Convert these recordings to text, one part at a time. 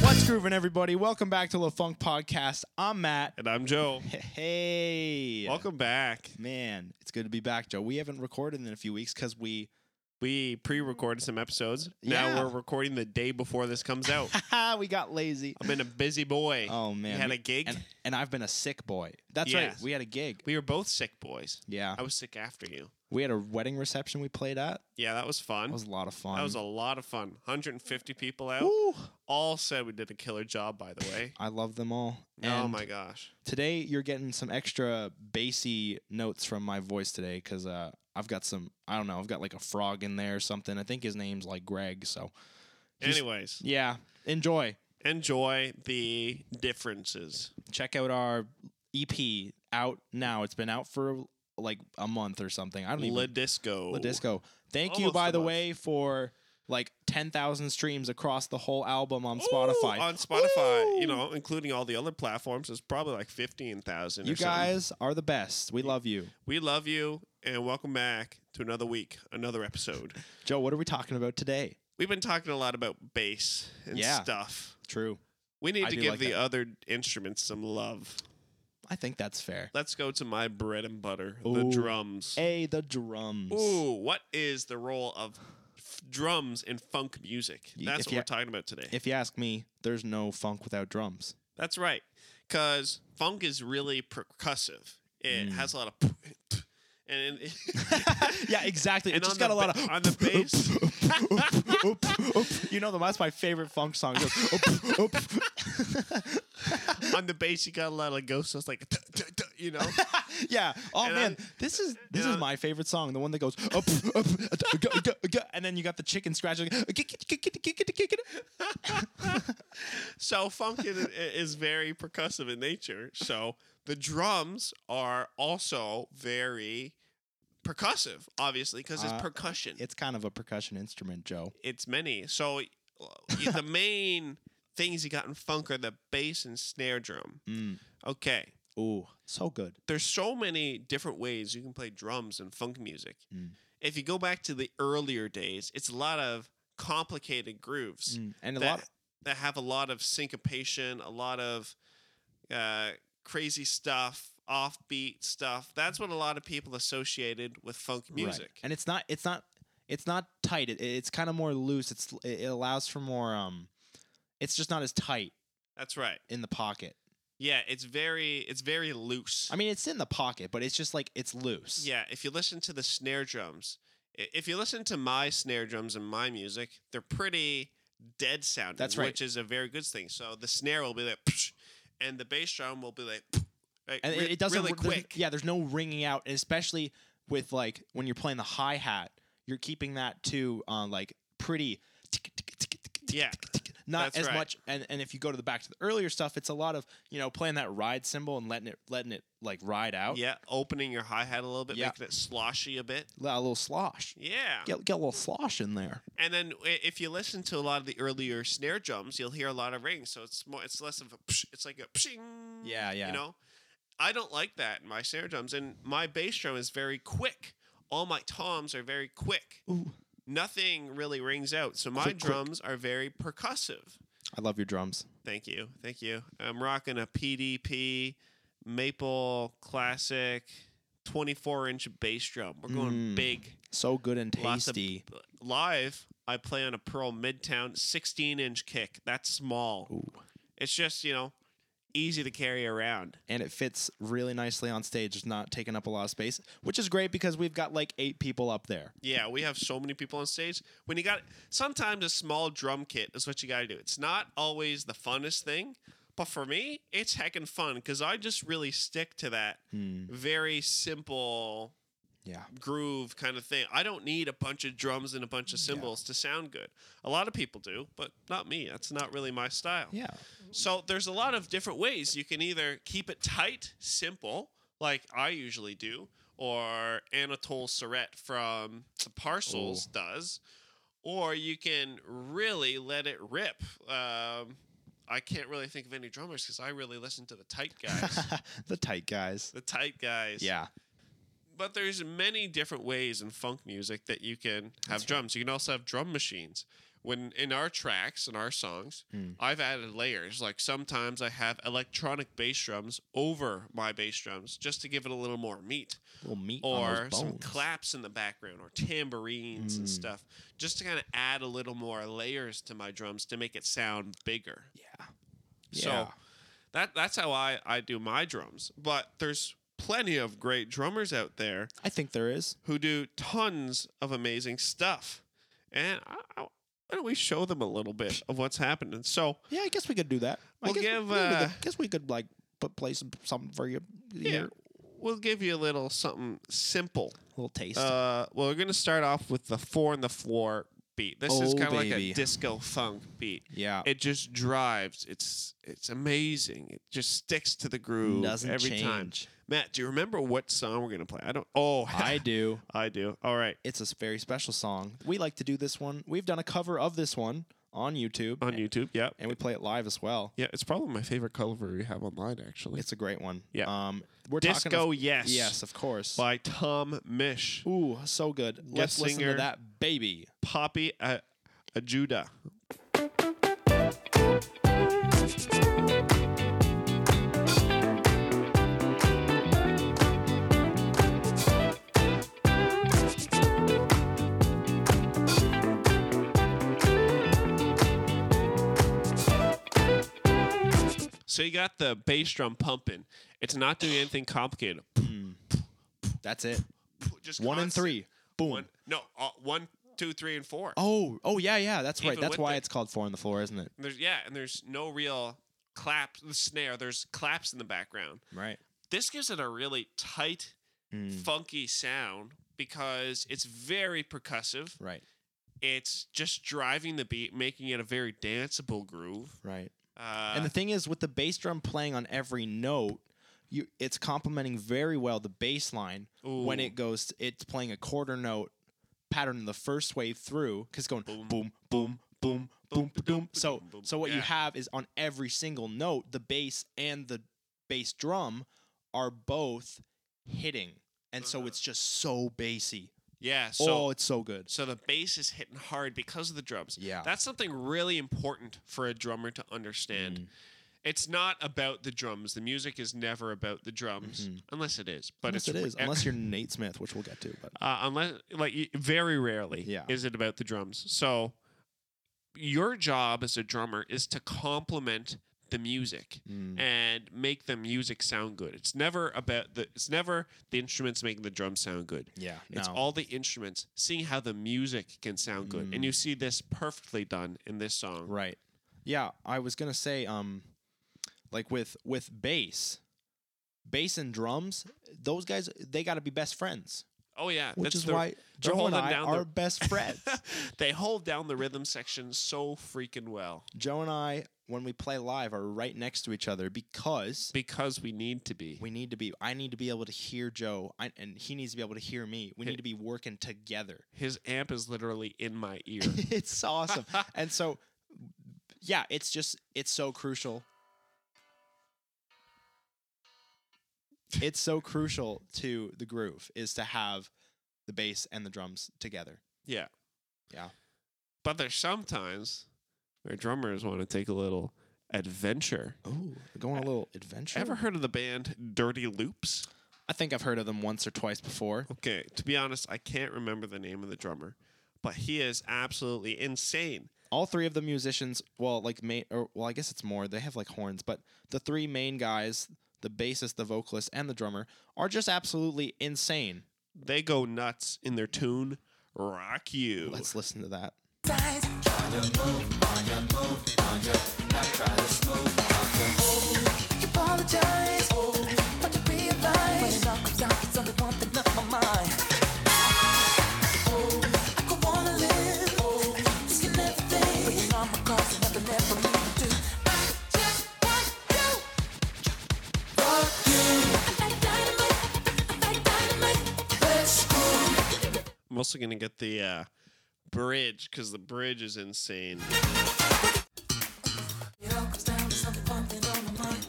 What's grooving, everybody? Welcome back to La Funk Podcast. I'm Matt. And I'm Joe. Hey, Welcome back. man. It's good to be back, Joe. We haven't recorded in a few weeks because we We pre-recorded some episodes. Yeah. Now we're recording the day before this comes out. we got lazy. I've been a busy boy. Oh man, we had We- a gig. and, and I've been a sick boy. That's right. Yes. We had a gig. we were both sick boys. Yeah, I was sick after you. we had a wedding reception we played at. Yeah, that was fun. That was a lot of fun. That was a lot of fun. 150 people out. Woo. All said we did a killer job, by the way. I love them all. oh And my gosh. Today you're getting some extra bassy notes from my voice today because uh, I've got some. I don't know. I've got like a frog in there or something. I think his name's like Greg. So he's- Anyways, yeah, enjoy. enjoy the differences. Check out our EP out now. It's been out for like a month or something. I don't even. La disco. La Disco. Thank you, Almost by a the month. way, for like ten thousand streams across the whole album on Ooh, Spotify. on Spotify, Ooh. you know, including all the other platforms, it's probably like 15,000 or You something. guys are the best. We love you, We love you and welcome back to another week, another episode. Joe. What are we talking about today? We've been talking a lot about bass and Yeah. stuff. True. We need I to do give like the that. other instruments some love. I think that's fair. Let's go to my bread and butter, Ooh. the drums. A the drums. Ooh, what is the role of f- drums in funk music? You- That's if what you- we're talking about today. If you ask me, there's no funk without drums. That's right. Because funk is really percussive. It Mm. has a lot of and it- yeah, exactly. And It just on got the a lot ba- of on the bass. oop, oop, oop. You know, that's my favorite funk song. It goes, oop, oop. on the bass you got a lot of ghosts. So it's like you know. yeah. Oh And man, on- this is this and is on- my favorite song. The one that goes up, up, g- g- g- and then you got the chicken scratching. so funk is, is very percussive in nature. So the drums are also very percussive, obviously, because it's Uh, percussion. It's, It's kind of a percussion instrument, Joe. many. So y- the main things you got in funk are the bass and snare drum. Mm. Okay. Ooh, so good. There's so many different ways you can play drums in funk music. Mm. If you go back to the earlier days, it's a lot of complicated grooves. Mm. And a that, lot. that have a lot of syncopation, a lot of uh, crazy stuff, offbeat stuff. That's what a lot of people associated with funk Right. music. and it's not it's not it's not tight it, it's kind of more loose it's it allows for more um it's just not as tight That's right. in the pocket Yeah, it's very it's very loose. i mean it's in the pocket but it's just like it's loose yeah, if you listen to the snare drums, i- if you listen to my snare drums and my music, they're pretty dead sounding. That's right. which is a very good thing. So the snare will be like, and the bass drum will be like, like, and it- re- it doesn't really r- there's- quick. yeah there's no ringing out and especially with like when you're playing the hi-hat you're keeping that to uh, like pretty tick, tick, tick, tick, tick, Yeah, not that's as right. much and, and if you go to the back to the earlier stuff it's a lot of you know playing that ride cymbal and letting it letting it like ride out Yeah, opening your hi hat a little bit, Oh. Yeah. making it sloshy a bit. a little slosh Yeah. get, get a little slosh in there And then i- if you listen to a lot of the earlier snare drums, you'll hear a lot of rings. So it's more, it's less of a, psh, it's like a pshing. Yeah, yeah. You know, I don't like that in my snare drums, and my bass drum is very quick. All my toms are very quick. Ooh. Nothing really rings out. So my Quick, quick. drums are very percussive. I love your drums. Thank you, thank you. I'm rocking a PDP Maple Classic 24 inch bass drum. We're going Mm. big. So good and Lots of- tasty. live i play on a pearl midtown 16 inch kick that's small Ooh. it's just you know easy to carry around And it fits really nicely on stage. It's not taking up a lot of space, which is great because we've got like eight people up there. yeah we have so many people on stage when you got sometimes a small drum kit is what you got to do it's not always the funnest thing but for me it's heckin fun because i just really stick to that Hmm. very simple Yeah. groove kind of thing i don't need a bunch of drums and a bunch of cymbals to sound good a lot of people do but not me that's not really my style Yeah. So there's a lot of different ways you can either keep it tight, simple, like I usually do, or Anatole Surette from the Parcels does, or you can really let it rip. Um, I can't really think of any drummers because I really listen to the tight guys. the tight guys. the tight guys. Yeah. but there's many different ways in funk music that you can have That's right. drums. You can also have drum machines. When in our tracks and our songs, Hmm. I've added layers. Like sometimes I have electronic bass drums over my bass drums just to give it a little more meat, little meat or on those some bones. claps in the background, or tambourines and Mm. stuff, just to kind of add a little more layers to my drums to make it sound bigger. Yeah. So that that's how I I do my drums. But there's plenty of great drummers out there I think there is. who do tons of amazing stuff, and I, I, why don't we show them a little bit of what's happening? So Yeah, I guess we could do that. I We'll guess, give, yeah, we could- uh, guess we could like put play some something for you. yeah, Here, we'll give you a little something simple. little taste. Uh, well, we're gonna start off with the four on the floor beat. This is Oh, kind of like a baby. disco funk beat. yeah, It just drives. It's it's amazing. It just sticks to the groove doesn't every time. change. Matt, do you remember what song we're gonna play? I don't. Oh, I do. I do. All right, It's a s- very special song. We like to do this one. We've done a cover of this one on YouTube, on YouTube. Yeah, and we play it live as well. yeah. It's probably my favorite cover we have online, actually. It's a great one. Yeah. Um, we're talking. Disco of- Yes. Yes, of course. By Tom Mish, Ooh, so good. Let's listen singer. to that baby. Poppy uh, Ajuda. So you got the bass drum pumping. It's not doing anything complicated. That's it. Just One and constant. three. Boom. One, no, uh, one, two, three, and four. Oh, oh yeah, yeah. That's right. Even That's with why the- it's called four on the floor, isn't it? And There's yeah, and there's no real clap the snare. There's claps in the background. Right. This gives it a really tight, Mm, funky sound because it's very percussive. right. It's just driving the beat, making it a very danceable groove. Right. Uh, and the thing is, with the bass drum playing on every note, you it's complementing very well the bass line when ooh, it goes. It's playing a quarter note pattern the first wave through because going Boom, boom boom boom boom boom boom. So ba-doom, boom. so what you Yeah. have is on every single note, the bass and the bass drum are both hitting, and so Uh-huh. it's just so bassy. yeah. So oh, it's so good. so the bass is hitting hard because of the drums. Yeah. That's something really important for a drummer to understand. Mm. It's not about the drums. The music is never about the drums, Mhm. unless it is. But unless it's it is, re- eh, unless you're Nate Smith, which we'll get to, but uh, unless like y- very rarely Yeah. is it about the drums. So your job as a drummer is to complement the music Mm. and make the music sound good. It's never about the it's never the instruments making the drums sound good. yeah, It's no. all the instruments seeing how the music can sound good. And Mm. you see this perfectly done in this song. Right. Yeah, I was gonna say, um, like with with bass, bass and drums, those guys they got to be best friends, Oh yeah, which that's is their- why Joe and holding I down are their- best friends. they hold down the rhythm section so freaking well Joe and I, when we play live, are right next to each other because because we need to be. we need to be. I need to be able to hear Joe, I, and he needs to be able to hear me. We Hey. need to be working together. His amp is literally in my ear. it's awesome, and so yeah, it's just it's so crucial. it's so crucial to the groove is to have the bass and the drums together. yeah. Yeah. But there's sometimes where drummers want to take a little adventure. Oh, going a little adventure. Ever heard of the band Dirty Loops? I think I've heard of them once or twice before. Okay, to be honest, I can't remember the name of the drummer, but he is absolutely insane. All three of the musicians, well, like main, or well, I guess it's more. They have like horns, but the three main guys, the bassist, the vocalist, and the drummer, are just absolutely insane. They go nuts in their tune Rock You. Let's listen to that. apologize. but you realize when it all comes out, it's only one thing on my mind. I could wanna live, risking everything, but you know my cause and nothing left for me to do. I just want you. Want you. I'm like dynamite. I'm like dynamite. Let's go. I'm also going to get the uh, bridge because the bridge is insane. It all comes down to something, one thing on my mind.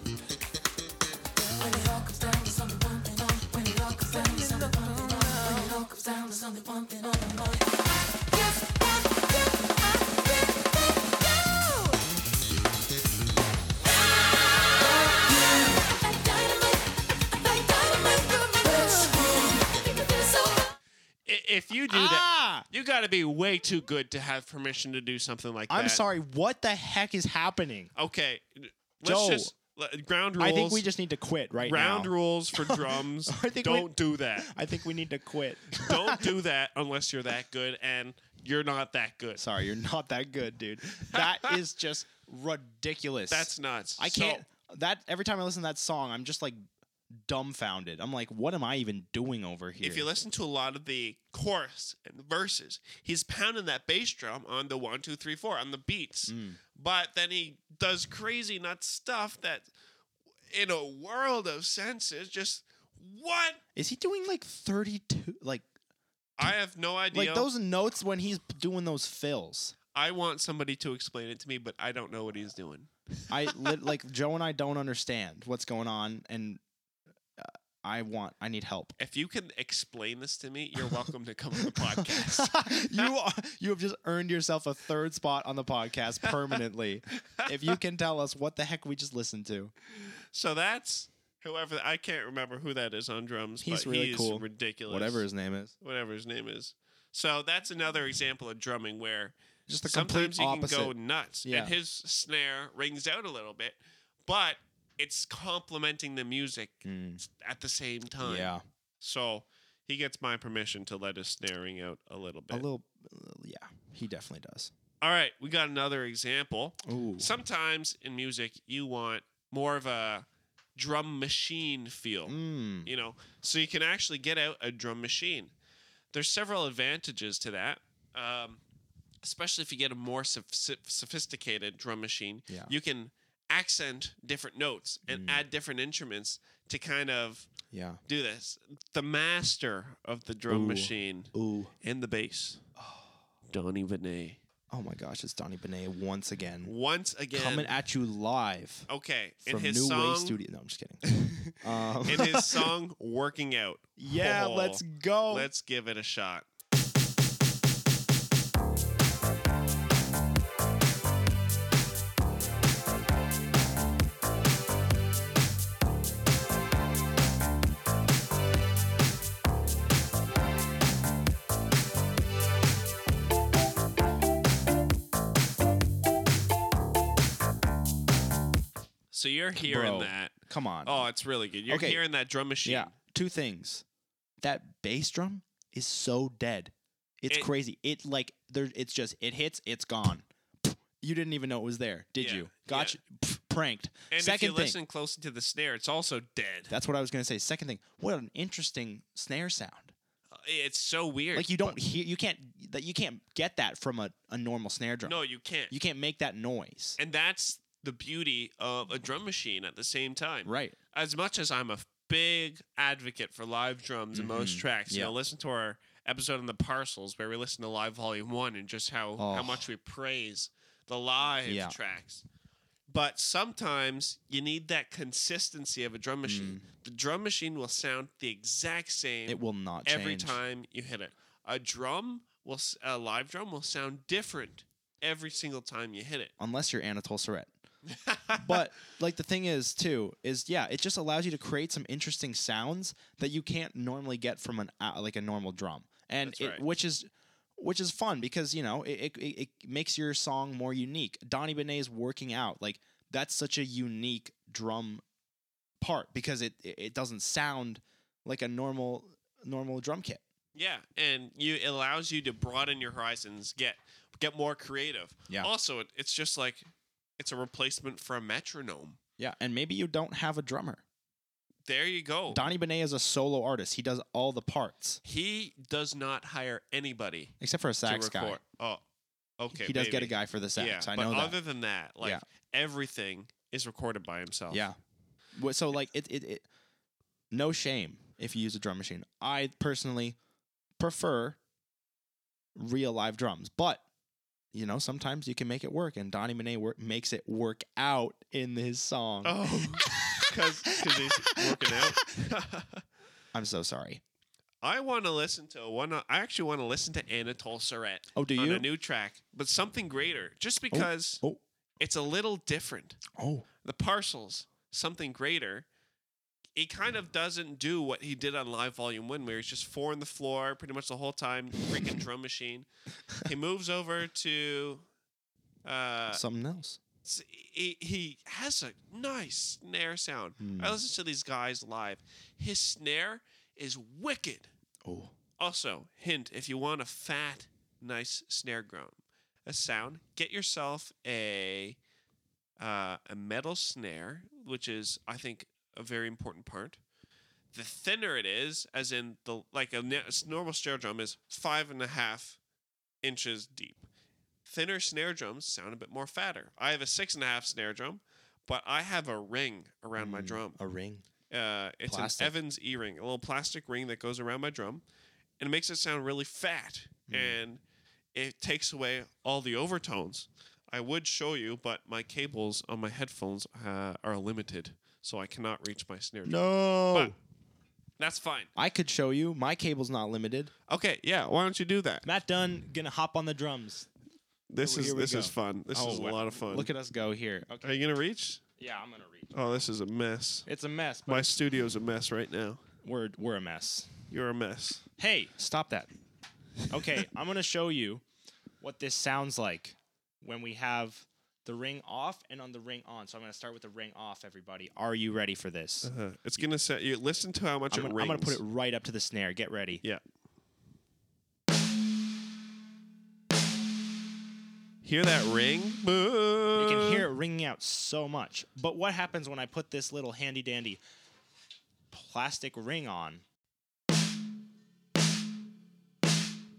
When it all comes down to something, one thing on. When it all comes down to something, one thing only one thing on my mind. I just want you. I really want you. Like dynamite, like dynamite from the ground. Make me feel so hot. I- If you do that, Ah! you got to be way too good to have permission to do something like that. I'm sorry. What the heck is happening? Okay, let's Joe, just let- ground rules. I think we just need to quit right round now. rules for drums. I think we- Don't do that. I think we need to quit. Don't do that unless you're that good, and you're not that good. Sorry, you're not that good, dude. That is just ridiculous. That's nuts. I So- can't. that every time I listen to that song, I'm just like dumbfounded. I'm like, what am I even doing over here? If you listen to a lot of the chorus and the verses, he's pounding that bass drum on the one, two, three, four on the beats. Mm. But then he does crazy nuts stuff that, in a world of senses, just what? is he doing like 32? Like I have no idea. like those notes when he's doing those fills. I want somebody to explain it to me, but I don't know what he's doing. I lit, like Joe and I don't understand what's going on, and uh, I want I need help. If you can explain this to me, you're welcome to come on the podcast. you are, you have just earned yourself a third spot on the podcast permanently. if you can tell us what the heck we just listened to, So that's whoever I can't remember who that is on drums. He's but really he's cool. Ridiculous. whatever his name is, whatever his name is. So that's another example of drumming where just the complete sometimes you opposite. can go nuts, Yeah. and his snare rings out a little bit, but it's complementing the music Mm, at the same time. Hmm. yeah, So he gets my permission to let his snare ring out a little a bit. little, yeah, he definitely does. All right, we got another example. Ooh, Sometimes in music, you want more of a drum machine feel. mm, you know so you can actually get out a drum machine there's several advantages to that um, especially if you get a more soph- sophisticated drum machine Yeah. Mm. you can accent different notes and add different instruments to kind of yeah, do this the master of the drum Ooh. machine ooh, and the bass donnie vinay oh my gosh, it's Donny Benet once again once again coming at you live okay Oh, in from his New song Way Studio. No, I'm just kidding. um, in his song working out yeah, Oh, let's go. let's give it a shot so you're hearing Bro. that Come on. Oh, it's really good. You're Okay. hearing that drum machine. Yeah. Two things. That bass drum is so dead. It's It- crazy. It like there it's just it hits, it's gone. You didn't even know it was there, did Yeah, you? Gotcha. Pff, pranked. And Second if you thing. listen closely to the snare, it's also dead. That's what I was going to say. Second thing. What an interesting snare sound. It's so weird. Like you don't hear you can't that you can't get that from a, a normal snare drum. No, you can't. You can't make that noise. and that's the beauty of a drum machine at the same time. Right. As much as I'm a big advocate for live drums in most Mhm. tracks, you Yeah. know, listen to our episode on the parcels where we listen to live volume one and just how, how Oh. much we praise the live Yeah. tracks. But sometimes you need that consistency of a drum machine. The drum machine will sound the exact same Mm. It will not change. every time you hit it. A drum will s- a live drum will sound different every single time you hit it. unless you're Anatole Soret. but like the thing is too is yeah, it just allows you to create some interesting sounds that you can't normally get from an uh, like a normal drum, and That's it, right. which is which is fun because you know it, it, it it makes your song more unique. Donny Benet's working out like that's such a unique drum part because it it it doesn't sound like a normal normal drum kit. Yeah, and you it allows you to broaden your horizons, get get more creative. Yeah. Also, it, it's just like it's a replacement for a metronome. Yeah, and maybe you don't have a drummer. There you go. Donny Benet is a solo artist. He does all the parts he does not hire anybody except for a sax to guy. record. Oh, okay. he does get a maybe. guy for the sax. Yeah, I but know that. other than that, like Yeah. everything is recorded by himself. yeah. Wha- So like it, it it no shame if you use a drum machine. I personally prefer real live drums, but you know sometimes you can make it work, and Donny Monet work, makes it work out in his song. Oh, because he's working out. I'm so sorry. I want to listen to one. I actually want to listen to Anatole Saret. Oh, do on you? a new track, but something greater, just because oh. it's a little different. Oh, The Parcels, something greater. He kind of doesn't do what he did on Live Volume One, where he's just four on the floor pretty much the whole time, freaking drum machine. He moves over to. Uh, something else. s- he, he has a nice snare sound. Hmm. I listen to these guys live. His snare is wicked. Oh, Also, hint if you want a fat, nice snare drum, a sound, get yourself a uh, a metal snare, which is I think a very important part. The thinner it is, as in the like a, ne- s- normal snare drum is five and a half inches deep. Thinner snare drums sound a bit more fatter. I have a six and a half snare drum, but I have a ring around my Mm, drum a ring. uh, it's Plastic. an Evans E ring, a little plastic ring that goes around my drum, and it makes it sound really fat, Mm. and it takes away all the overtones. I would show you, but my cables on my headphones uh, are limited, so I cannot reach my snare. drum. No, But that's fine. I could show you. My cable's not limited. Okay, yeah. Why don't you do that? Matt Dunn gonna hop on the drums. This Here is we this is go. fun. This Oh, is a wow. lot of fun. Look at us go here. Okay. are you gonna reach? Yeah, I'm gonna read. Oh, this is a mess. It's a mess, but My studio's a mess right now. we're we're a mess. You're a mess. Hey, Stop that. okay, I'm gonna show you what this sounds like when we have the ring off and on the ring on. So I'm gonna start with the ring off. Everybody, are you ready for this? Uh, it's gonna set you. Listen to how much I'm it gonna, rings. I'm gonna put it right up to the snare. Get ready. Yeah. Hear that ring? You can hear it ringing out so much. But what happens when I put this little handy dandy plastic ring on?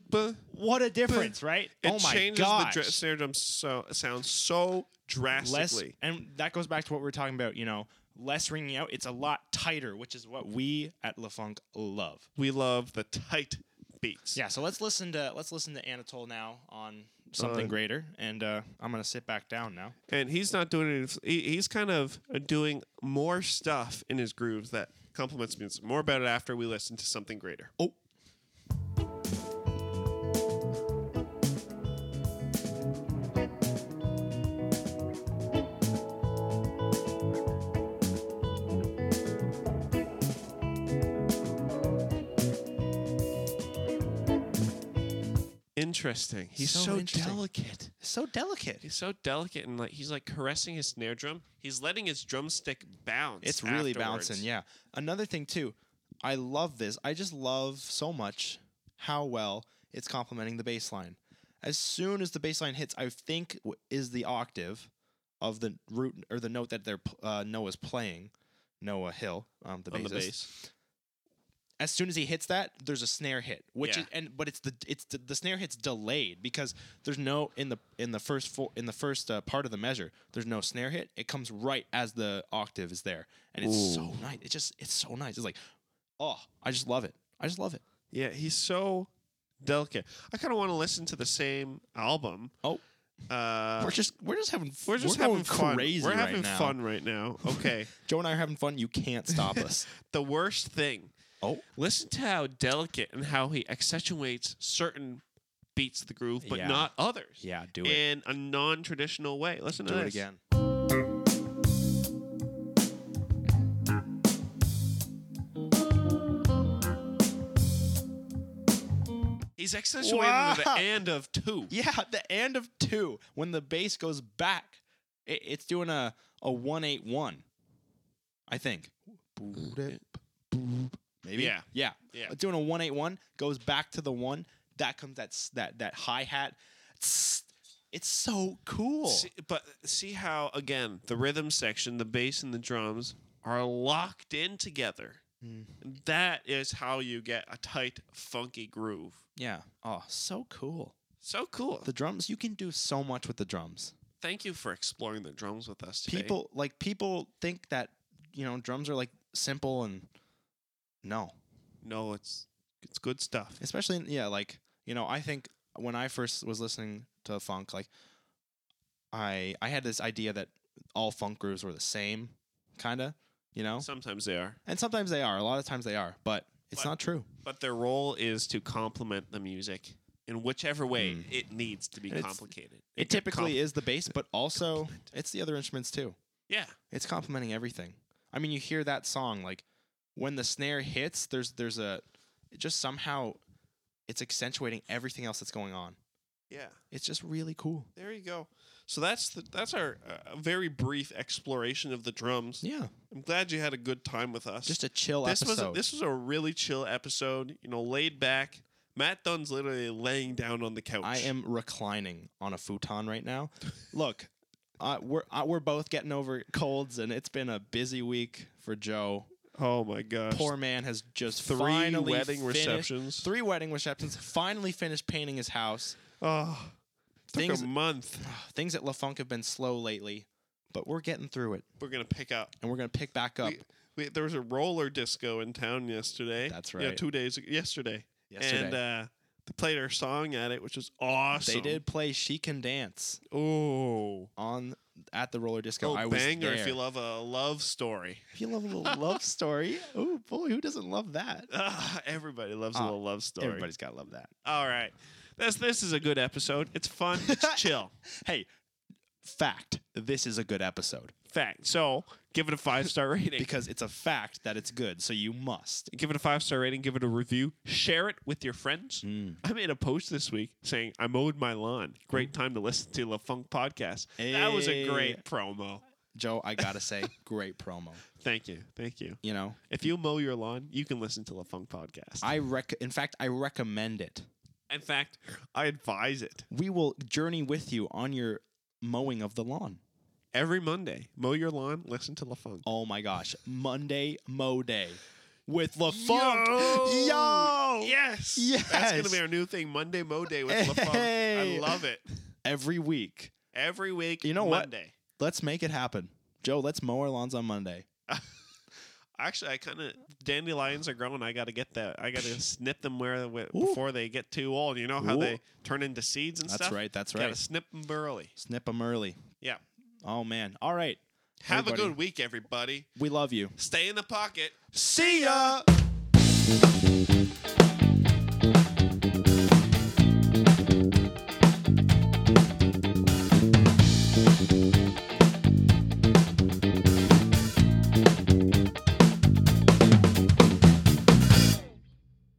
Buh. What a difference, right? It oh my changes gosh. the dra- snare drum so sound so less drastically. and that goes back to what we were talking about, you know, less ringing out, it's a lot tighter, which is what we at LaFunk love. We love the tight beats. Yeah, so let's listen to let's listen to Anatole now on something Uh, greater and uh, I'm going to sit back down now. And he's not doing it. He, he's kind of doing more stuff in his grooves that complements music. More about it after we listen to something greater. Oh, Interesting. He's So so, interesting. delicate. so delicate. He's so delicate and like he's like caressing his snare drum. He's letting his drumstick bounce. It's really afterwards. bouncing. Yeah. Another thing too, I love this. I just love so much how well it's complementing the bass line. As soon as the bass line hits, I think w- is the octave of the root or the note that they're pl- uh, Noah's playing. Noah Hill, um, the on bassist. the bass. As soon as he hits that, there's a snare hit, which Yeah. is, and but it's the it's the, the snare hit's delayed because there's no in the in the first four, in the first uh, part of the measure. There's no snare hit. It comes right as the octave is there, and it's so nice. It's just it's so nice. It's like, oh, I just love it. I just love it. Yeah, he's so delicate. I kind of want to listen to the same album. Oh, Uh, we're just we're just having f- we're just going having fun. crazy. we're right having now. fun right now. Okay, Joe and I are having fun. You can't stop us. the worst thing. Oh, Listen to how delicate and how he accentuates certain beats of the groove, but Yeah. not others. yeah, do it. In a non-traditional way. Listen do to it this. again. He's accentuating the Wow. end of two. Yeah, the end of two when the bass goes back, it, it's doing a a one eight one, I think. Maybe. Yeah. Yeah. Yeah. It's Doing a one eight one goes back to the one. That comes that s- that that hi hat. It's so cool. See, but see how again the rhythm section, the bass and the drums are locked in together. Mm. And That is how you get a tight, funky groove. yeah. Oh, so cool. So cool. The drums. You can do so much with the drums. Thank you for exploring the drums with us today. People like people think that you know drums are like simple and no. no, it's it's good stuff. especially in, yeah like you know i think when i first was listening to funk like i i had this idea that all funk grooves were the same kind of you know Sometimes they are. and sometimes they are a lot of times they are but It's But- not true. but their role is to complement the music in whichever way Mm. it needs to be And it's- complicated. It can typically compl- is the bass, but also compliment. it's the other instruments too. Yeah. It's complementing everything. I mean, you hear that song like when the snare hits, there's there's a it just somehow it's accentuating everything else that's going on. Yeah. It's just really cool. There you go. So that's the, that's our uh, very brief exploration of the drums. Yeah, I'm glad you had a good time with us. just a chill this was episode. a, this was a really chill episode. You know, laid back. Matt Dunn's literally laying down on the couch. I am reclining on a futon right now. Look, uh, we're uh, we're both getting over colds, and it's been a busy week for Joe. Oh my gosh. Poor man has just Three finally wedding finished- receptions. Three wedding receptions. Finally finished painting his house. Oh, took Things- a month. Things at LaFunk have been slow lately, but we're getting through it, We're gonna pick up. and we're gonna pick back up. We, we, there was a roller disco in town yesterday. That's Yeah, right. two days ago, yesterday. Yesterday, And uh, they played our song at it, which was awesome. they did play "She Can Dance" Oh, on at the roller disco. oh I was banger! there. If you love a love story, If you love a little love story, oh boy, who doesn't love that? Ah, everybody loves a Ah, little love story. Everybody's gotta love that. All right, this this is a good episode. It's fun. It's chill. Hey, fact, this is a good episode Fact. So give it a five star rating. because it's a fact that it's good, so you must. give it a five star rating. Give it a review. Share it with your friends. Hmm. I made a post this week saying I mowed my lawn. Great time to listen to La Funk podcast. That was a Hmm. Hey. great promo. Joe, I gotta say, great promo. Thank you, thank you. You know, If you mow your lawn, you can listen to La Funk podcast. I rec. In fact, I recommend it. In fact, I advise it We will journey with you on your mowing of the lawn. every Monday. Mow your lawn. Listen to La Funk. Oh my gosh, Monday Mow Day with LaFunk. Yo! Yo! Oh, Yes. Yes. That's gonna be our new thing, Monday Mow Day with La Funk. I Hey. love it. Every week, Every week. You know what? Monday. let's make it happen. Joe, let's mow our lawns on Monday. Actually, I kind of dandelions are growing. I got to get that. I got to snip them where where- Ooh. before they get too old. You know how Ooh. they turn into seeds and That's stuff. right. That's Got right. to snip them early. Snip them early. Yeah. Oh man. All right. Have a Everybody, good week, everybody. We love you. Stay in the pocket. See ya.